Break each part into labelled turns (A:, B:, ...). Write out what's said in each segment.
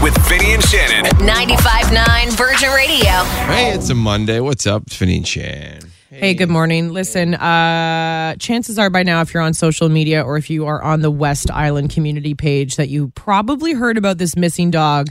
A: with Vinny and Shannon.
B: 95.9 Virgin Radio.
C: Hey, it's a Monday. What's up, Finny Chan?
D: Hey, good morning. Listen, uh, chances are by now, if you're on social media or if you are on the West Island community page, that you probably heard about this missing dog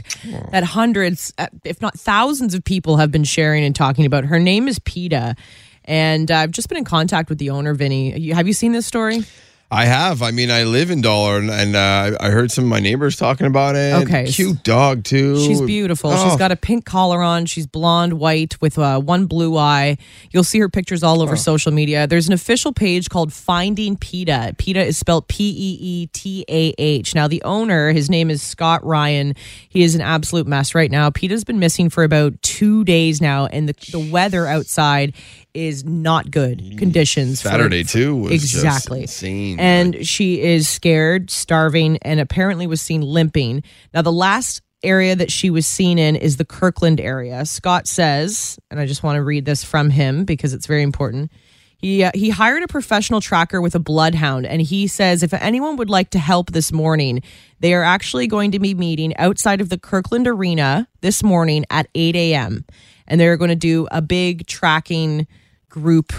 D: that hundreds, uh, if not thousands, of people have been sharing and talking about. Her name is PETA. And uh, I've just been in contact with the owner, Vinny. You- Have you seen this story?
C: I have. I mean, I live in Dollar, and, and uh, I heard some of my neighbors talking about it.
D: Okay.
C: cute dog too.
D: She's beautiful. She's
C: Oh.
D: got a pink collar on. She's blonde, white, with uh, one blue eye. You'll see her pictures all
C: Oh.
D: over social media. There's an official page called Finding PETA. PETA is spelled P E E T A H. Now, the owner, his name is Scott Ryan. He is an absolute mess right now. PETA's been missing for about two days now, and the, the weather outside is not good conditions. for-
C: Saturday too was just
D: exactly
C: insane.
D: and she is scared, starving, and apparently was seen limping. Now, the last area that she was seen in is the Kirkland area. Scott says, and I just want to read this from him because it's very important. He, uh, he hired a professional tracker with a bloodhound, and he says if anyone would like to help this morning, they are actually going to be meeting outside of the Kirkland Arena this morning at 8 a.m. And they're going to do a big tracking group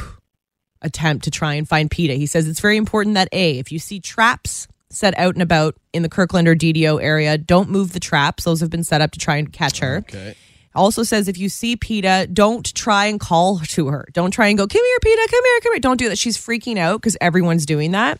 D: attempt to try and find PETA. He says it's very important that A, if you see traps set out and about in the Kirkland or DDO area, don't move the traps. Those have been set up to try and catch her.
C: okay.
D: Also says if you see PETA, don't try and call to her. Don't try and go, come here, PETA, come here, come here. Don't do that. She's freaking out because everyone's doing that.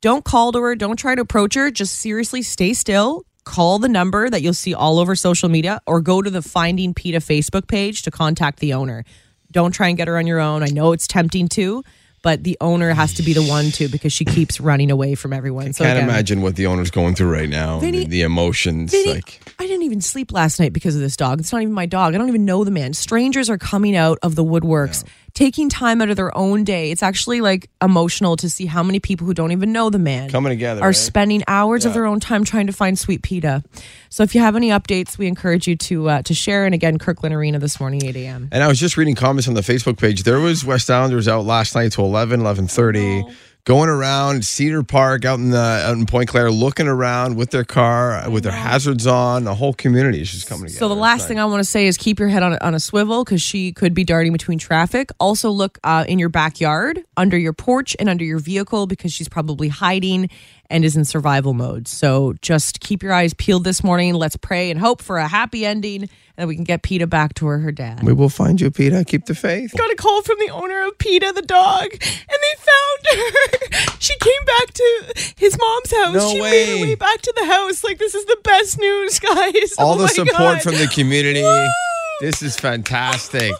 D: Don't call to her. Don't try to approach her. Just seriously stay still. Call the number that you'll see all over social media or go to the Finding PETA Facebook page to contact the owner. Don't try and get her on your own. I know it's tempting to, but the owner has to be the one to because she keeps running away from everyone. So
C: Can't
D: again,
C: imagine what the owner's going through right now.
D: Vinny-
C: the, the emotions,
D: Vinny,
C: like
D: I didn't even sleep last night because of this dog. It's not even my dog. I don't even know the man. Strangers are coming out of the woodworks, taking time out of their own day. It's actually like emotional to see how many people who don't even know the man
C: Coming together,
D: are
C: eh?
D: spending hours of their own time trying to find Sweet Pita. So if you have any updates, we encourage you to uh, to share. And again, Kirkland Arena this morning, eight a.m.
C: And I was just reading comments on the Facebook page. There was West Islanders out last night to 11, 11.30,
D: Oh.
C: going around Cedar Park out in the out in Point Claire, looking around with their car, with their hazards on. The whole community is just coming together.
D: So the last thing I want to say is keep your head on a, on a swivel because she could be darting between traffic. Also, look uh, in your backyard, under your porch, and under your vehicle because she's probably hiding and is in survival mode. So just keep your eyes peeled this morning. Let's pray and hope for a happy ending and that we can get PETA back to her, her dad.
C: We will find you, Peter. Keep the faith.
D: Got a call from the owner of PETA, the dog, and they found her. She came back to his mom's house.
C: No
D: she made her
C: way.
D: way back to the house. Like, this is the best news, guys.
C: All
D: Oh
C: the
D: my
C: support
D: God.
C: from the community.
D: Woo!
C: This is fantastic.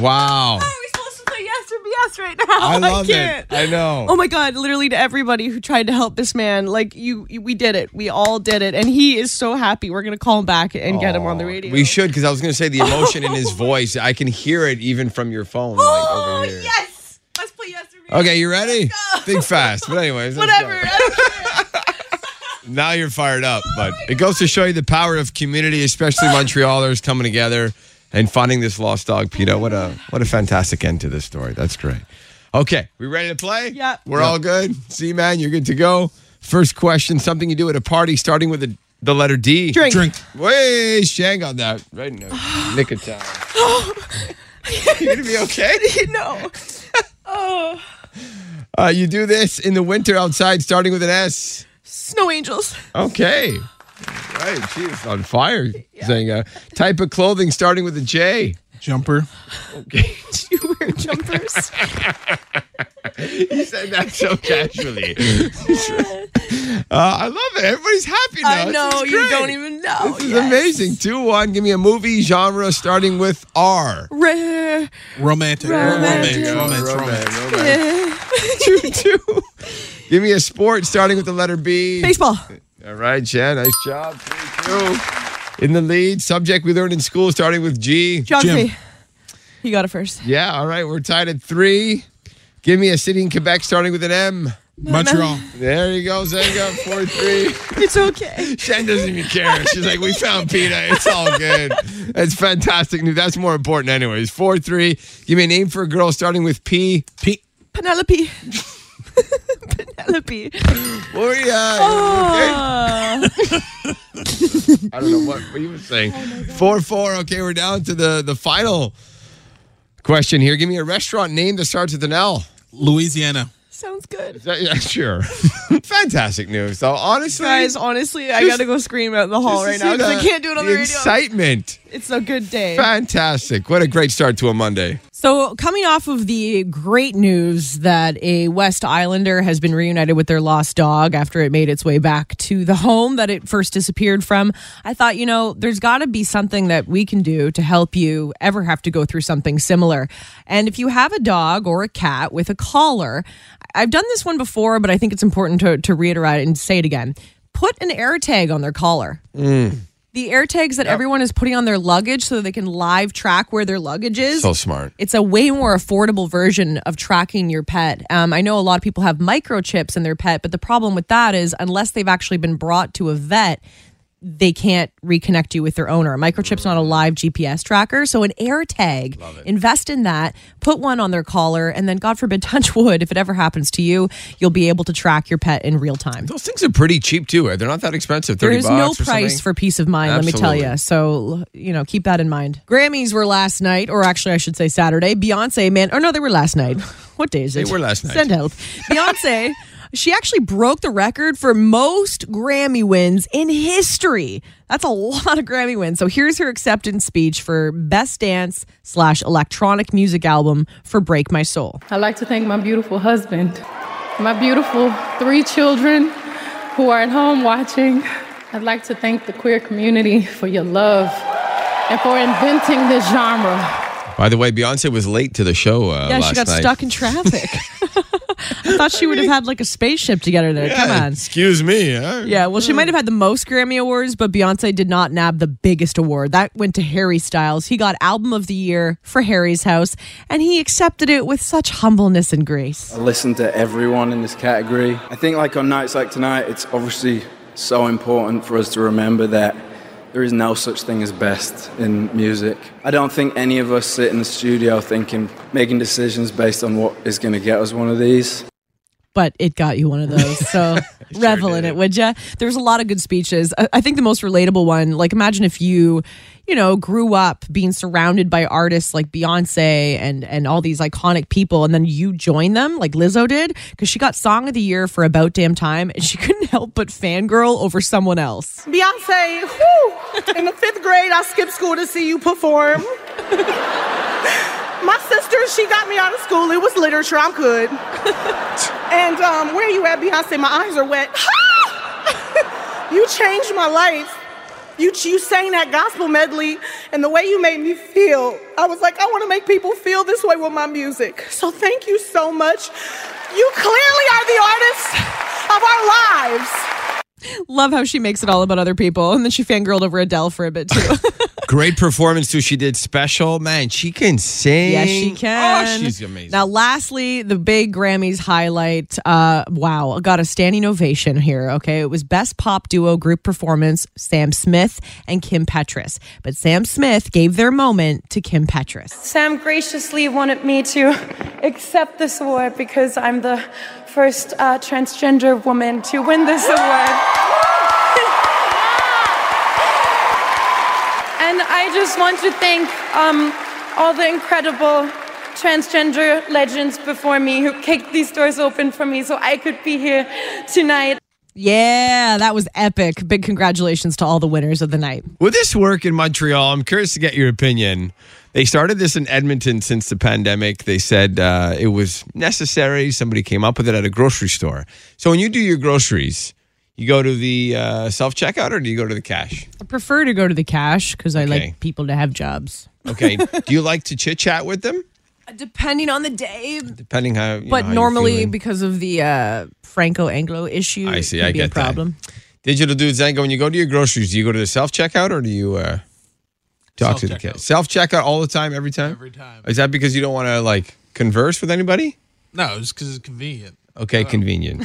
C: Wow.
D: How are we supposed to say yes or yes right now?
C: I love it.
D: can't.
C: I know.
D: Oh my god! Literally to everybody who tried to help this man, like you, you- we did it. We all did it, and he is so happy. We're gonna call him back and get him on the radio.
C: We should, because I was going to say the emotion in his voice. I can hear it even from your phone. like,
D: Oh
C: over here.
D: yes! Let's play yes or yes.
C: Okay, you ready? Think fast. But anyways, let's go.
D: Whatever. I don't care.
C: Now you're fired up, but it goes to show you the power of community, especially Montrealers coming together and finding this lost dog, Peter. What a what a fantastic end to this story. That's great. Okay, we ready to play?
D: Yep.
C: We're all good. See, man, you're good to go. First question: Something you do at a party, starting with the, the letter D.
D: Drink. Drink.
C: Way, Shang on that. Right in the nick of time. you're gonna be okay.
D: no.
C: Uh, you do this in the winter outside, starting with an S.
D: Snow angels.
C: Okay. Right, she's on fire. Saying uh, type of clothing starting with a J.
E: jumper.
D: Do you wear jumpers?
C: He said that so casually. uh, I love it. Everybody's happy now.
D: I
C: This
D: know
C: is
D: you
C: great.
D: don't even Oh, know.
C: This is amazing. Two one. Give me a movie genre starting with R.
D: Rare.
E: Romantic.
D: Romantic.
E: Romance. Romance. Romance.
C: Two two. Give me a sport starting with the letter B.
D: Baseball.
C: All right, Chad. Nice job. Three two. In the lead. Subject we learned in school starting with G.
D: Geography. You got it first.
C: Yeah, all right. We're tied at three. Give me a city in Quebec starting with an M.
E: Montreal.
C: There you go, Zenga. Four three.
D: It's okay.
C: Shen doesn't even care. She's like, we found PETA. It's all good. That's fantastic news. That's more important, anyways. Four three. Give me a name for a girl starting with P.
E: Pete.
D: Penelope. Penelope.
C: Gloria. I
D: Oh.
C: don't know what, what you were saying. four four. Okay, we're down to the the final question here. Give me a restaurant name that starts with an L.
E: Louisiana.
D: Sounds good.
C: Is that- yeah, sure. Fantastic news. So honestly,
D: Guys, honestly, I gotta go scream out in the hall right
C: just to
D: now
C: see
D: because I
C: the-
D: can't do it on the,
C: the
D: radio.
C: Excitement.
D: it's a good day.
C: Fantastic. What a great start to a Monday.
D: So, coming off of the great news that a West Islander has been reunited with their lost dog after it made its way back to the home that it first disappeared from, I thought, you know, there's got to be something that we can do to help you ever have to go through something similar. And if you have a dog or a cat with a collar, I've done this one before, but I think it's important to, to reiterate and say it again put an air tag on their collar the air tags that everyone is putting on their luggage so they can live track where their luggage is.
C: So smart.
D: It's a way more affordable version of tracking your pet. Um, I know a lot of people have microchips in their pet, but the problem with that is unless they've actually been brought to a vet, they can't reconnect you with their owner. A microchip's not a live GPS tracker, so an air tag, invest in that, put one on their collar, and then God forbid touch wood, if it ever happens to you, you'll be able to track your pet in real time.
C: Those things are pretty cheap too. They're not that expensive.
D: There
C: Thirty
D: is
C: bucks
D: no
C: or
D: price
C: something.
D: for peace of mind, let me
C: Absolutely.
D: tell you. So, you know, keep that in mind. Grammys were last night, or actually, I should say Saturday. Beyonce, man, or no, they were last night. What day is it?
C: were last night.
D: Send help. Beyonce, she actually broke the record for most Grammy wins in history. That's a lot of Grammy wins. So here's her acceptance speech for Best Dance slash Electronic Music Album for Break My Soul.
A: I'd like to thank my beautiful husband, my beautiful three children who are at home watching. I'd like to thank the queer community for your love and for inventing this genre.
C: By the way, Beyonce was late to the show uh,
D: Yeah,
C: last
D: she got
C: night.
D: stuck in traffic. I thought she would have had like a spaceship to get her there. Come on.
C: Excuse me. huh?
D: Yeah, well, she might have had the most Grammy Awards, but Beyonce did not nab the biggest award. That went to Harry Styles. He got Album of the Year for Harry's House, and he accepted it with such humbleness and grace.
F: I listen to everyone in this category. I think, like on nights like tonight, it's obviously so important for us to remember that there is no such thing as best in music. I don't think any of us sit in the studio thinking, making decisions based on what is going to get us one of these.
D: But it got you one of those. So revel in it, would ya? There was a lot of good speeches. I, I think the most relatable one, like, imagine if you. You know, grew up being surrounded by artists like Beyonce and and all these iconic people, and then you join them like Lizzo did, because she got Song of the Year for About Damn Time, and she couldn't help but fangirl over someone else.
G: Beyonce, whew, in the fifth grade, I skipped school to see you perform. My sister, she got me out of school. It was literature. I'm good. and um, where you at, Beyonce? My eyes are wet. you changed my life. You, you sang that gospel medley, and the way you made me feel, I was like, I want to make people feel this way with my music. So thank you so much. You clearly are the artist of our lives.
D: Love how she makes it all about other people. And then she fangirled over Adele for a bit too.
C: Great performance too. She did special. Man, she can sing.
D: yes, she can.
C: Oh, she's amazing.
D: Now, lastly, the big Grammys highlight. Uh, wow, got a standing ovation here. Okay. It was Best Pop Duo Group Performance, Sam Smith and Kim Petras. But Sam Smith gave their moment to Kim Petras.
H: Sam graciously wanted me to accept this award because I'm the first uh, transgender woman to win this award. and I just want to thank um, all the incredible transgender legends before me who kicked these doors open for me so I could be here tonight.
D: Yeah, that was epic. Big congratulations to all the winners of the night.
C: Would this work in Montreal? I'm curious to get your opinion. They started this in Edmonton since the pandemic. They said uh, it was necessary. Somebody came up with it at a grocery store. So when you do your groceries, you go to the uh, self checkout or do you go to the cash?
D: I prefer to go to the cash because I
C: Okay.
D: like people to have jobs.
C: Okay. do you like to chit chat with them?
D: Depending on the day,
C: Depending how. you know,
D: but
C: how you're
D: normally
C: feeling.
D: because of the uh, Franco-Anglo issue,
C: I
D: it
C: see,
D: could
C: I
D: be a
C: get that.
D: problem.
C: Digital dudes, Zango, when you go to your groceries, do you go to the self checkout or do you uh, talk to the
E: Self-checkout.
C: kid? Self checkout all the time, every time?
E: Every time.
C: Is that because you don't want to like converse with anybody?
E: No, it's because it's convenient.
D: Oh.
C: Okay, convenient.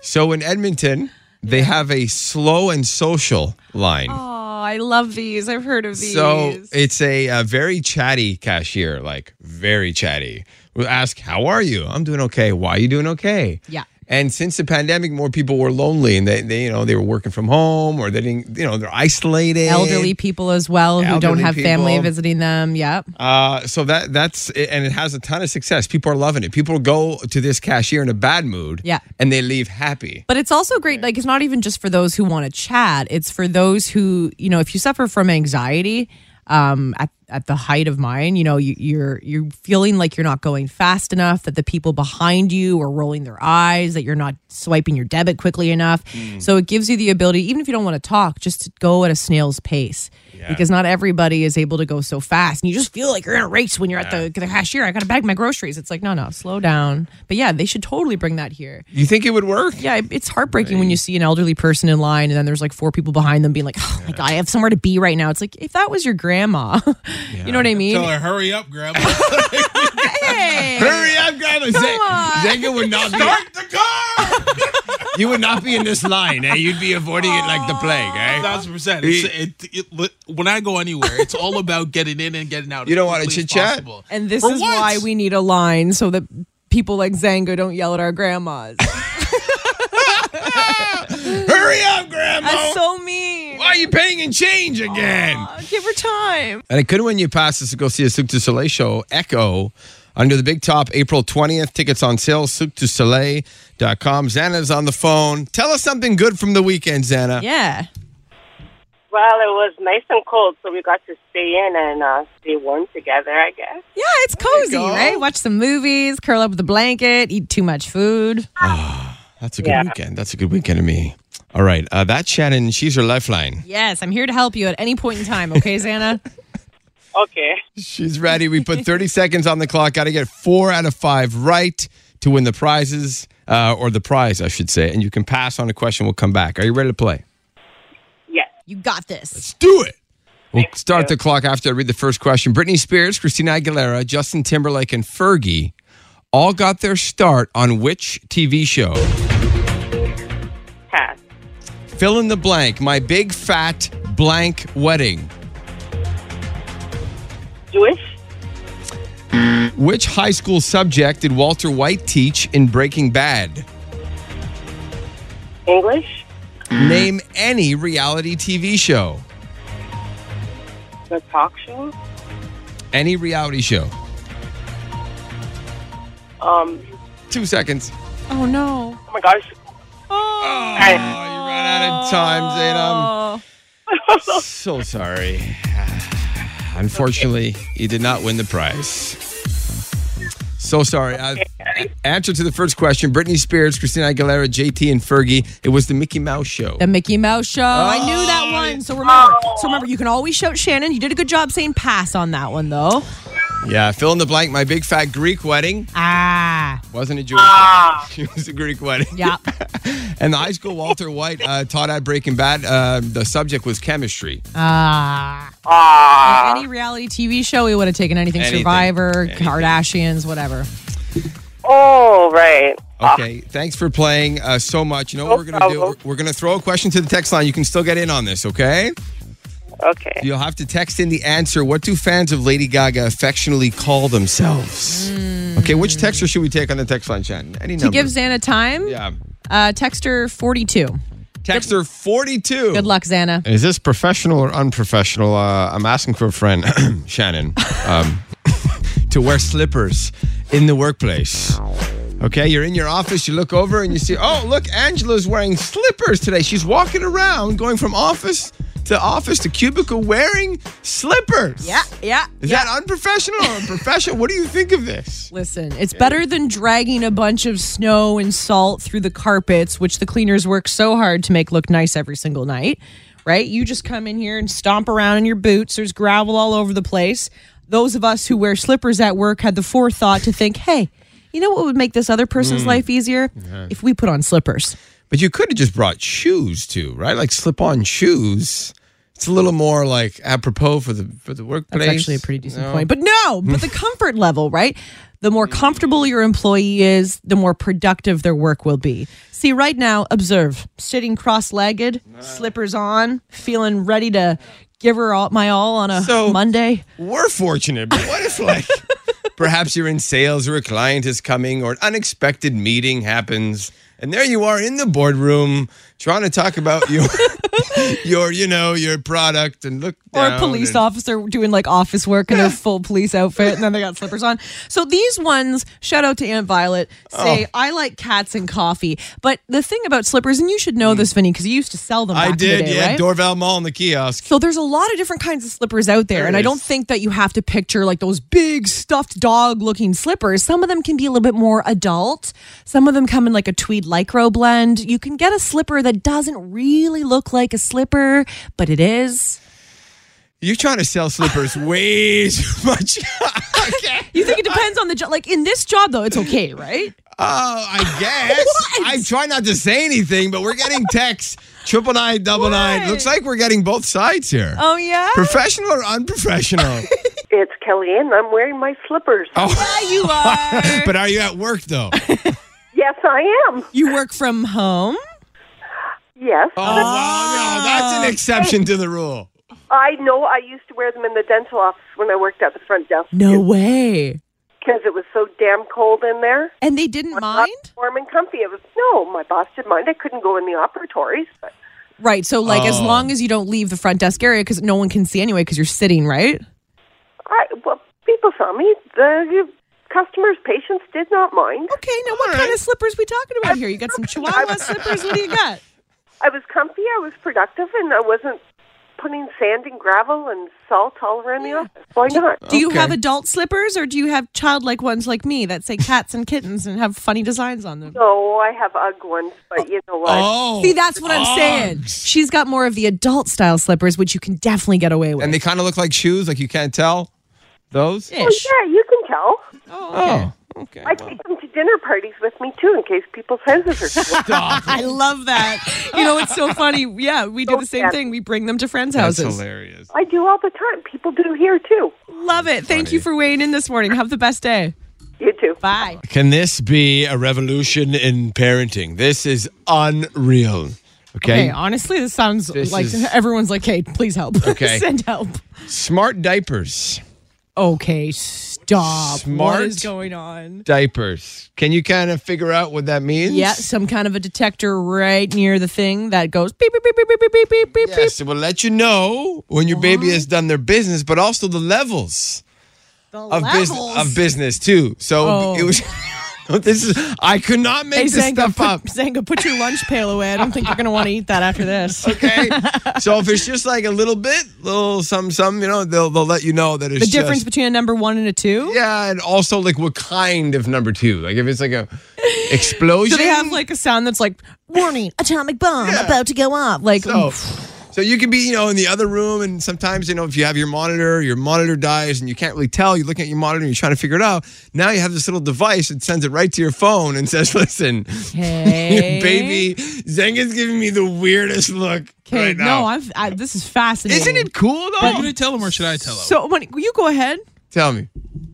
C: so in Edmonton, they have a slow and social line.
D: Oh, I love these. I've heard of these.
C: So it's a, uh very chatty cashier, like very chatty. We'll ask, How are you? I'm doing okay. Why are you doing okay?
D: Yeah.
C: And since the pandemic, more people were lonely and they, they you know, they were working from home or they didn't, you know, they're isolated.
D: Elderly people as well who don't
C: Elderly
D: have family
C: people.
D: visiting them. Yep.
C: Uh, so that that's and it has a ton of success. People are loving it. People go to this cashier in a bad mood,
D: Yeah.
C: and they leave happy.
D: But it's also great. Like, it's not even just for those who want to chat. It's for those who, you know, if you suffer from anxiety, um, at, at the height of mine, you know, you, you're you're feeling like you're not going fast enough, that the people behind you are rolling their eyes, that you're not swiping your debit quickly enough. So it gives you the ability, even if you don't want to talk, just to go at a snail's pace, because not everybody is able to go so fast, and you just feel like you're in a race when you're at the, the cashier. I got to bag my groceries. It's like, no, no, slow down. But yeah, they should totally bring that here.
C: You think it would work?
D: Yeah, it- it's heartbreaking when you see an elderly person in line and then there's like four people behind them being like, oh my God, I have somewhere to be right now. It's like, if that was your grandma, you know what I mean?
C: uh,
E: Tell her, hurry up, grandma.
D: Hey,
C: Hurry up, grandma!
D: on.
C: Zeng- Zenga would not start the car. you would not be in this line, eh? You'd be avoiding it like the plague, eh?
E: Thousand percent. It's, it, it, li- when I go anywhere, it's all about getting in and getting out.
C: You
E: as
C: don't wanna
E: quickly as
C: chit-chat?
E: possible.
D: and this
E: For
D: is
E: once.
D: why we need a line so that people like Zango don't yell at our grandmas.
C: Hurry up, grandma!
D: That's so mean.
C: Why are you paying in change again?
D: Give her time.
C: And it could win you passes to go see a Cirque du Soleil show, Echo, under the big top, April 20th. Tickets on sale, cirquedusoleil.com. Xana's on the phone. Tell us something good from the weekend, Xana.
D: Yeah.
I: Well, it was nice and cold, so we got to stay in and uh, stay warm together, I guess.
D: Yeah, it's cozy,
C: go.
D: right? Watch some movies, curl up with a blanket, eat too much food.
C: That's a good weekend. That's a good weekend to me. All right. Uh, that's Shannon. She's your lifeline.
D: Yes, I'm here to help you at any point in time, okay, Xana?
I: Okay.
C: She's ready. We put 30 seconds on the clock. Got to get four out of five right to win the prizes, uh, or the prize, I should say. And you can pass on a question. We'll come back. Are you ready to play?
I: Yes.
D: You got this.
C: Let's do it. We'll start the clock after I read the first question. Britney Spears, Christina Aguilera, Justin Timberlake, and Fergie all got their start on which TV show?
I: Pass.
C: Fill in the blank. My big fat blank wedding.
I: Jewish?
C: Which high school subject did Walter White teach in Breaking Bad?
I: English?
C: Name any reality TV show.
I: The talk show?
C: Any reality show.
I: Um,
C: Two seconds.
D: Oh, no.
I: oh my gosh.
C: Oh,
I: Hey.
C: you ran out of time, Zainab. So sorry. Unfortunately, you did not win the prize. So sorry. Uh, answer to the first question Britney Spears, Christina Aguilera, JT, and Fergie. It was the Mickey Mouse show.
D: The Mickey Mouse Show. I knew that one. So remember, so remember, you can always shout Shannon. You did a good job saying pass on that one though.
C: Yeah, fill in the blank. My big fat Greek wedding
D: Ah,
C: wasn't a Jewish wedding. It was a Greek wedding.
D: yeah.
C: And the high school Walter White uh, taught at Breaking Bad. Uh, the subject was chemistry.
D: Ah.
I: Ah.
D: Any reality TV show, we would have taken anything,
C: Anything.
D: Survivor,
C: Anything.
D: Kardashians, whatever.
I: Oh, right.
C: Okay, thanks for playing uh, so much. You know what we're going to do? We're,
I: problem.
C: going to throw a question to the text line. You can still get in on this, okay?
I: Okay.
C: You'll have to text in the answer. What do fans of Lady Gaga affectionately call themselves? Okay, which texter should we take on the text line, Shannon? Any number?
D: To give Xana time,
C: yeah.
D: uh, text her 42.
C: Texter 42.
D: Good luck, Xana.
C: Is this professional or unprofessional? Uh, I'm asking for a friend, Shannon, um, to wear slippers in the workplace. Okay, you're in your office, you look over and you see, oh, look, Angela's wearing slippers today. She's walking around, going from office to office to cubicle wearing slippers.
D: Yeah, yeah.
C: Is that unprofessional or professional? what do you think of this?
D: Listen, it's better than dragging a bunch of snow and salt through the carpets, which the cleaners work so hard to make look nice every single night, right? You just come in here and stomp around in your boots. There's gravel all over the place. Those of us who wear slippers at work had the forethought to think, hey, you know what would make this other person's life easier? If we put on slippers.
C: But you could have just brought shoes too, right? Like slip-on shoes. It's a little more like apropos for the for the workplace.
D: That's actually a pretty decent point. But no, but the comfort level, right? The more comfortable your employee is, the more productive their work will be. See, right now, observe sitting cross legged, slippers on, feeling ready to give her all, my all on a
C: So-
D: Monday.
C: we're fortunate, but what if like perhaps you're in sales or a client is coming or an unexpected meeting happens And there you are in the boardroom trying to talk about your, your you know, your product and look
D: or a
C: down
D: police
C: and-
D: officer doing like office work in their full police outfit and then they got slippers on. So these ones, shout out to Aunt Violet,
C: Oh.
D: say, I like cats and coffee. But the thing about slippers, and you should know this, Vinny, because you used to sell them. Back
C: Hmm. I
D: in the
C: did,
D: day,
C: yeah.
D: right?
C: Dorval Mall in the kiosk.
D: So there's a lot of different kinds of slippers out there,
C: There
D: and I don't
C: is.
D: think that you have to picture like those big stuffed dog looking slippers. Some of them can be a little bit more adult. Some of them come in like a tweed lycra blend. You can get a slipper that doesn't really look like a slipper, but it is.
C: You're trying to sell slippers way too much.
D: You think it depends on the job? Like in this job, though, it's okay, right?
C: Oh, I guess.
D: What?
C: I try not to say anything, but we're getting texts. Triple nine, double nine. Looks like we're getting both sides here.
D: Oh yeah.
C: Professional or unprofessional?
I: It's Kellyanne. I'm wearing my slippers.
C: Oh.
D: Yeah, you are.
C: but are you at work though?
I: Yes, I am.
D: you work from home.
I: Yes.
C: Oh, wow, no, that's an exception to the rule.
I: I know I used to wear them in the dental office when I worked at the front desk
D: No way.
I: because it was so damn cold in there.
D: And they didn't
I: Not
D: mind.
I: warm and comfy. It was no, my boss didn't mind. I couldn't go in the operatories. But
D: Right. So, like, as long as you don't leave the front desk area because no one can see anyway because you're sitting, right?
I: I, well, people saw me. The customers, patients did not mind.
D: Okay. Now, what kind of slippers we talking about here? You got some Chihuahua slippers. What do you got?
I: I was comfy. I was productive, and I wasn't putting sand and gravel and salt all around the office. Why not?
D: Do you
C: Okay.
D: have adult slippers or do you have childlike ones like me that say cats and kittens and have funny designs on them?
I: No, I have UGG ones, but you know what?
C: Oh,
D: See, that's what I'm saying. She's got more of the adult style slippers, which you can definitely get away with.
C: and they kind of look like shoes, like you can't tell those.
D: Ish.
I: Oh, Yeah, you can tell.
C: Oh, okay.
I: I take them to dinner parties with me too, in case people's houses are cold.
D: I love that. You know, it's so funny. Yeah, we do the same thing. We bring them to friends'
C: That's
D: houses.
C: hilarious.
I: I do all the time. People do here too.
D: Love it. Thank you for weighing in this morning. Have the best day.
I: You too.
D: Bye.
C: Can this be a revolution in parenting? This is unreal.
D: Okay,
C: Okay.
D: honestly, this sounds
C: This
D: like
C: is-
D: everyone's like, hey, please help.
C: Okay.
D: Send help.
C: Smart diapers.
D: Okay, stop.
C: Smart-
D: What is going on?
C: Diapers. Can you kind of figure out what that means?
D: Yeah, some kind of a detector right near the thing that goes beep, beep, beep, beep, beep, beep, beep, beep, beep, beep.
C: Yes, it will let you know when your baby has done their business, but also the levels of business of business too. So
D: Oh.
C: it was. this is I could not make
D: Hey,
C: this
D: Zanga
C: stuff up.
D: put, Zanga, put your lunch pail away. I don't think you're going to want to eat that after this.
C: Okay, so if it's just like a little bit, little some some, you know, they'll they'll let you know that it's
D: The difference
C: just-
D: between a number one and a two?
C: yeah, and also like what kind of number two? Like if it's like a explosion,
D: Do they have like a sound that's like, warning, atomic bomb about to go off? Like,
C: So,
D: oof.
C: so you can be, you know, in the other room, and sometimes, you know, if you have your monitor, your monitor dies, and you can't really tell. You're looking at your monitor, and you're trying to figure it out. Now you have this little device that sends it right to your phone and says, "Listen,
D: Okay.
C: baby, Zenga's giving me the weirdest look
D: okay,
C: right now."
D: no, I've, I, this is fascinating.
C: Isn't it cool though?
E: you gonna tell him or should I tell him?
D: So, when, will you go ahead.
C: tell me.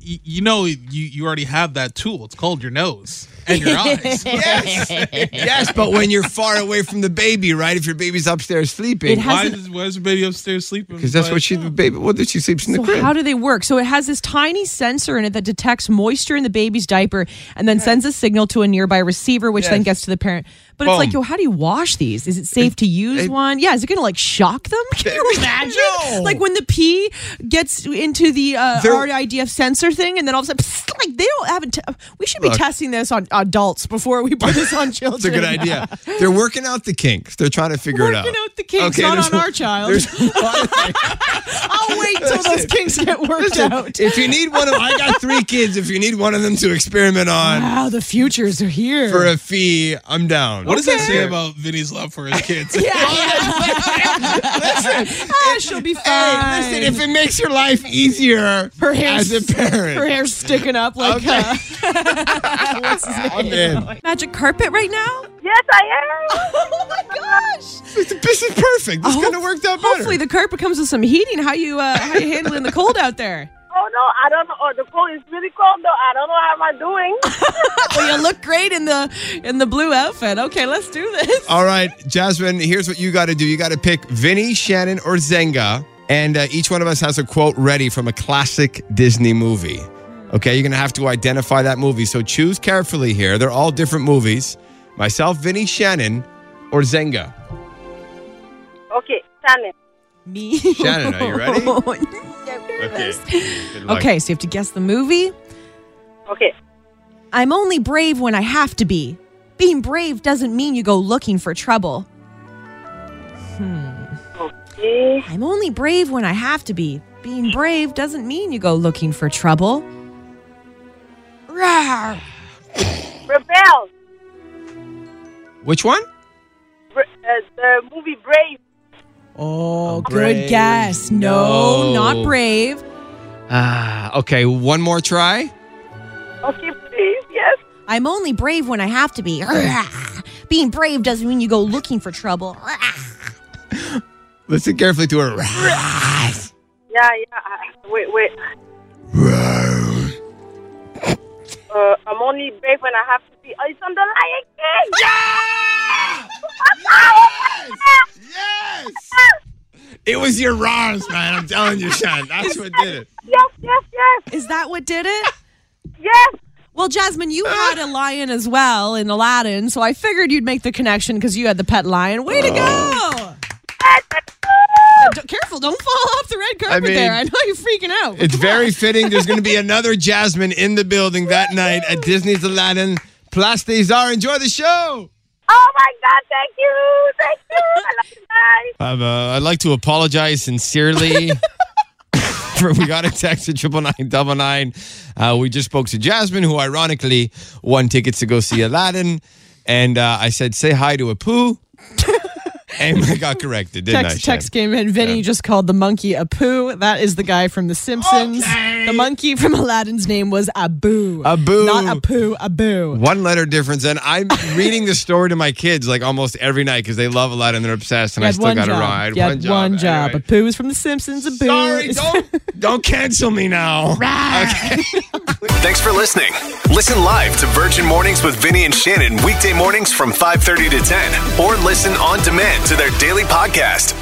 E: Y- you know, you, you already have that tool. It's called your nose and your eyes.
C: Yes, yes, but when you're far away from the baby, right? If your baby's upstairs
D: It
C: sleeping,
D: has
E: Why
D: an
E: is, why is the baby upstairs sleeping?
C: because that's
E: Why-
C: what she, the baby, what did she sleeps in the
D: So
C: crib?
D: how do they work? So it has this tiny sensor in it that detects moisture in the baby's diaper and then sends a signal to a nearby receiver, which then gets to the parent. But it's like,
C: Boom.
D: yo, how do you wash these? Is it safe to use one? Yeah, is it going to like shock them? Can you imagine?
C: No.
D: Like when the pee gets into the uh,
C: They're-
D: RIDF sensor thing, and then all of a sudden, psst, like they don't have. A t- we should be
C: Look.
D: testing this on adults before we put this on children.
C: It's a good idea. They're working out the kinks. They're trying to figure it out.
D: Working out the kinks, not
C: there's-
D: on our child.
C: there's a lot of things.
D: I'll wait till those kinks get worked out.
C: if you need one of, I got three kids. If you need one of them to experiment on
D: Wow, the futures are here.
C: for a fee, I'm down.
E: What does that say about Vinny's love for his kids?
D: Ah, she'll be fine.
C: Hey, listen, if it makes your life easier
D: her hair's,
C: as a parent,
D: her hair's sticking up like
C: Okay.
D: uh, what's his name?
C: I'm in.
D: Magic carpet right now.
I: Yes, I am.
D: Oh my gosh!
C: This is perfect. This kind of worked out better.
D: Hopefully, the carpet comes with some heating. How you uh, how you handling the cold out there?
I: Oh no, I don't know. Oh, the cold is really cold though. I don't know how am I doing.
D: Well, you look great in the in the blue outfit. Okay, let's do this.
C: All right, Jasmine, here's what you got to do. You got to pick Vinny, Shannon, or Zenga. And uh, each one of us has a quote ready from a classic Disney movie. Okay, you're going to have to identify that movie. So choose carefully here. They're all different movies. Myself, Vinny Shannon, or Zenga?
I: Okay, Shannon.
D: Me.
C: Shannon, are you ready?
D: okay.
C: Good luck.
D: Okay, so you have to guess the movie.
I: Okay.
D: I'm only brave when I have to be. Being brave doesn't mean you go looking for trouble.
I: Okay.
D: I'm only brave when I have to be. Being brave doesn't mean you go looking for trouble. Rawr.
I: Rebel.
C: Which one?
I: Br- uh, the movie Brave.
D: Oh,
C: brave.
D: good guess.
C: No.
D: No, not brave.
C: Ah, okay. One more try.
I: Okay, please. Yes.
D: I'm only brave when I have to be. Rawr. Being brave doesn't mean you go looking for trouble. Rawr.
C: Listen carefully to her.
I: Yeah, yeah. uh, Wait, wait. Uh, I'm only brave when I have to be. Oh, it's on the Lion King.
C: Yes! It was your arms, man. I'm telling you, Sean. That's what did it.
I: Yes, yes, yes,
D: Is that what did it?
I: yes.
D: Well, Jasmine, you had a lion as well in Aladdin, so I figured you'd make the connection because you had the pet lion. Way
C: Oh.
D: to go!
I: yes.
D: Uh, d- careful, don't fall off the red carpet
C: mean,
D: there. I know you're freaking out.
C: It's very fitting. There's going to be another Jasmine in the building that night at Disney's Aladdin. Place des Arts. Enjoy the show.
I: Oh my God! Thank you, thank you. I love you guys.
C: I've, uh, I'd like to apologize sincerely. for we got a text at triple nine double nine. Uh, we just spoke to Jasmine, who ironically won tickets to go see Aladdin, and uh, I said, "Say hi to Apu," and I got corrected, didn't I?
D: Text,
C: Shan?
D: text came in. Vinny just called the monkey Apu. That is the guy from The Simpsons. The monkey from Aladdin's name was Abu.
C: Abu.
D: Not Apu, Abu.
C: One letter difference, and I'm reading the story to my kids like almost every night because they love Aladdin, they're obsessed, and
D: You
C: I
D: had
C: still
D: one
C: got it
D: job.
C: wrong. I had
D: You had one job.
C: Anyway.
D: Apu is from The Simpsons. Abu.
C: Sorry,
D: is-
C: don't don't cancel me now. Okay.
J: Thanks for listening. Listen live to Virgin Mornings with Vinny and Shannon weekday mornings from 5:30 to 10 or listen on demand to their daily podcast.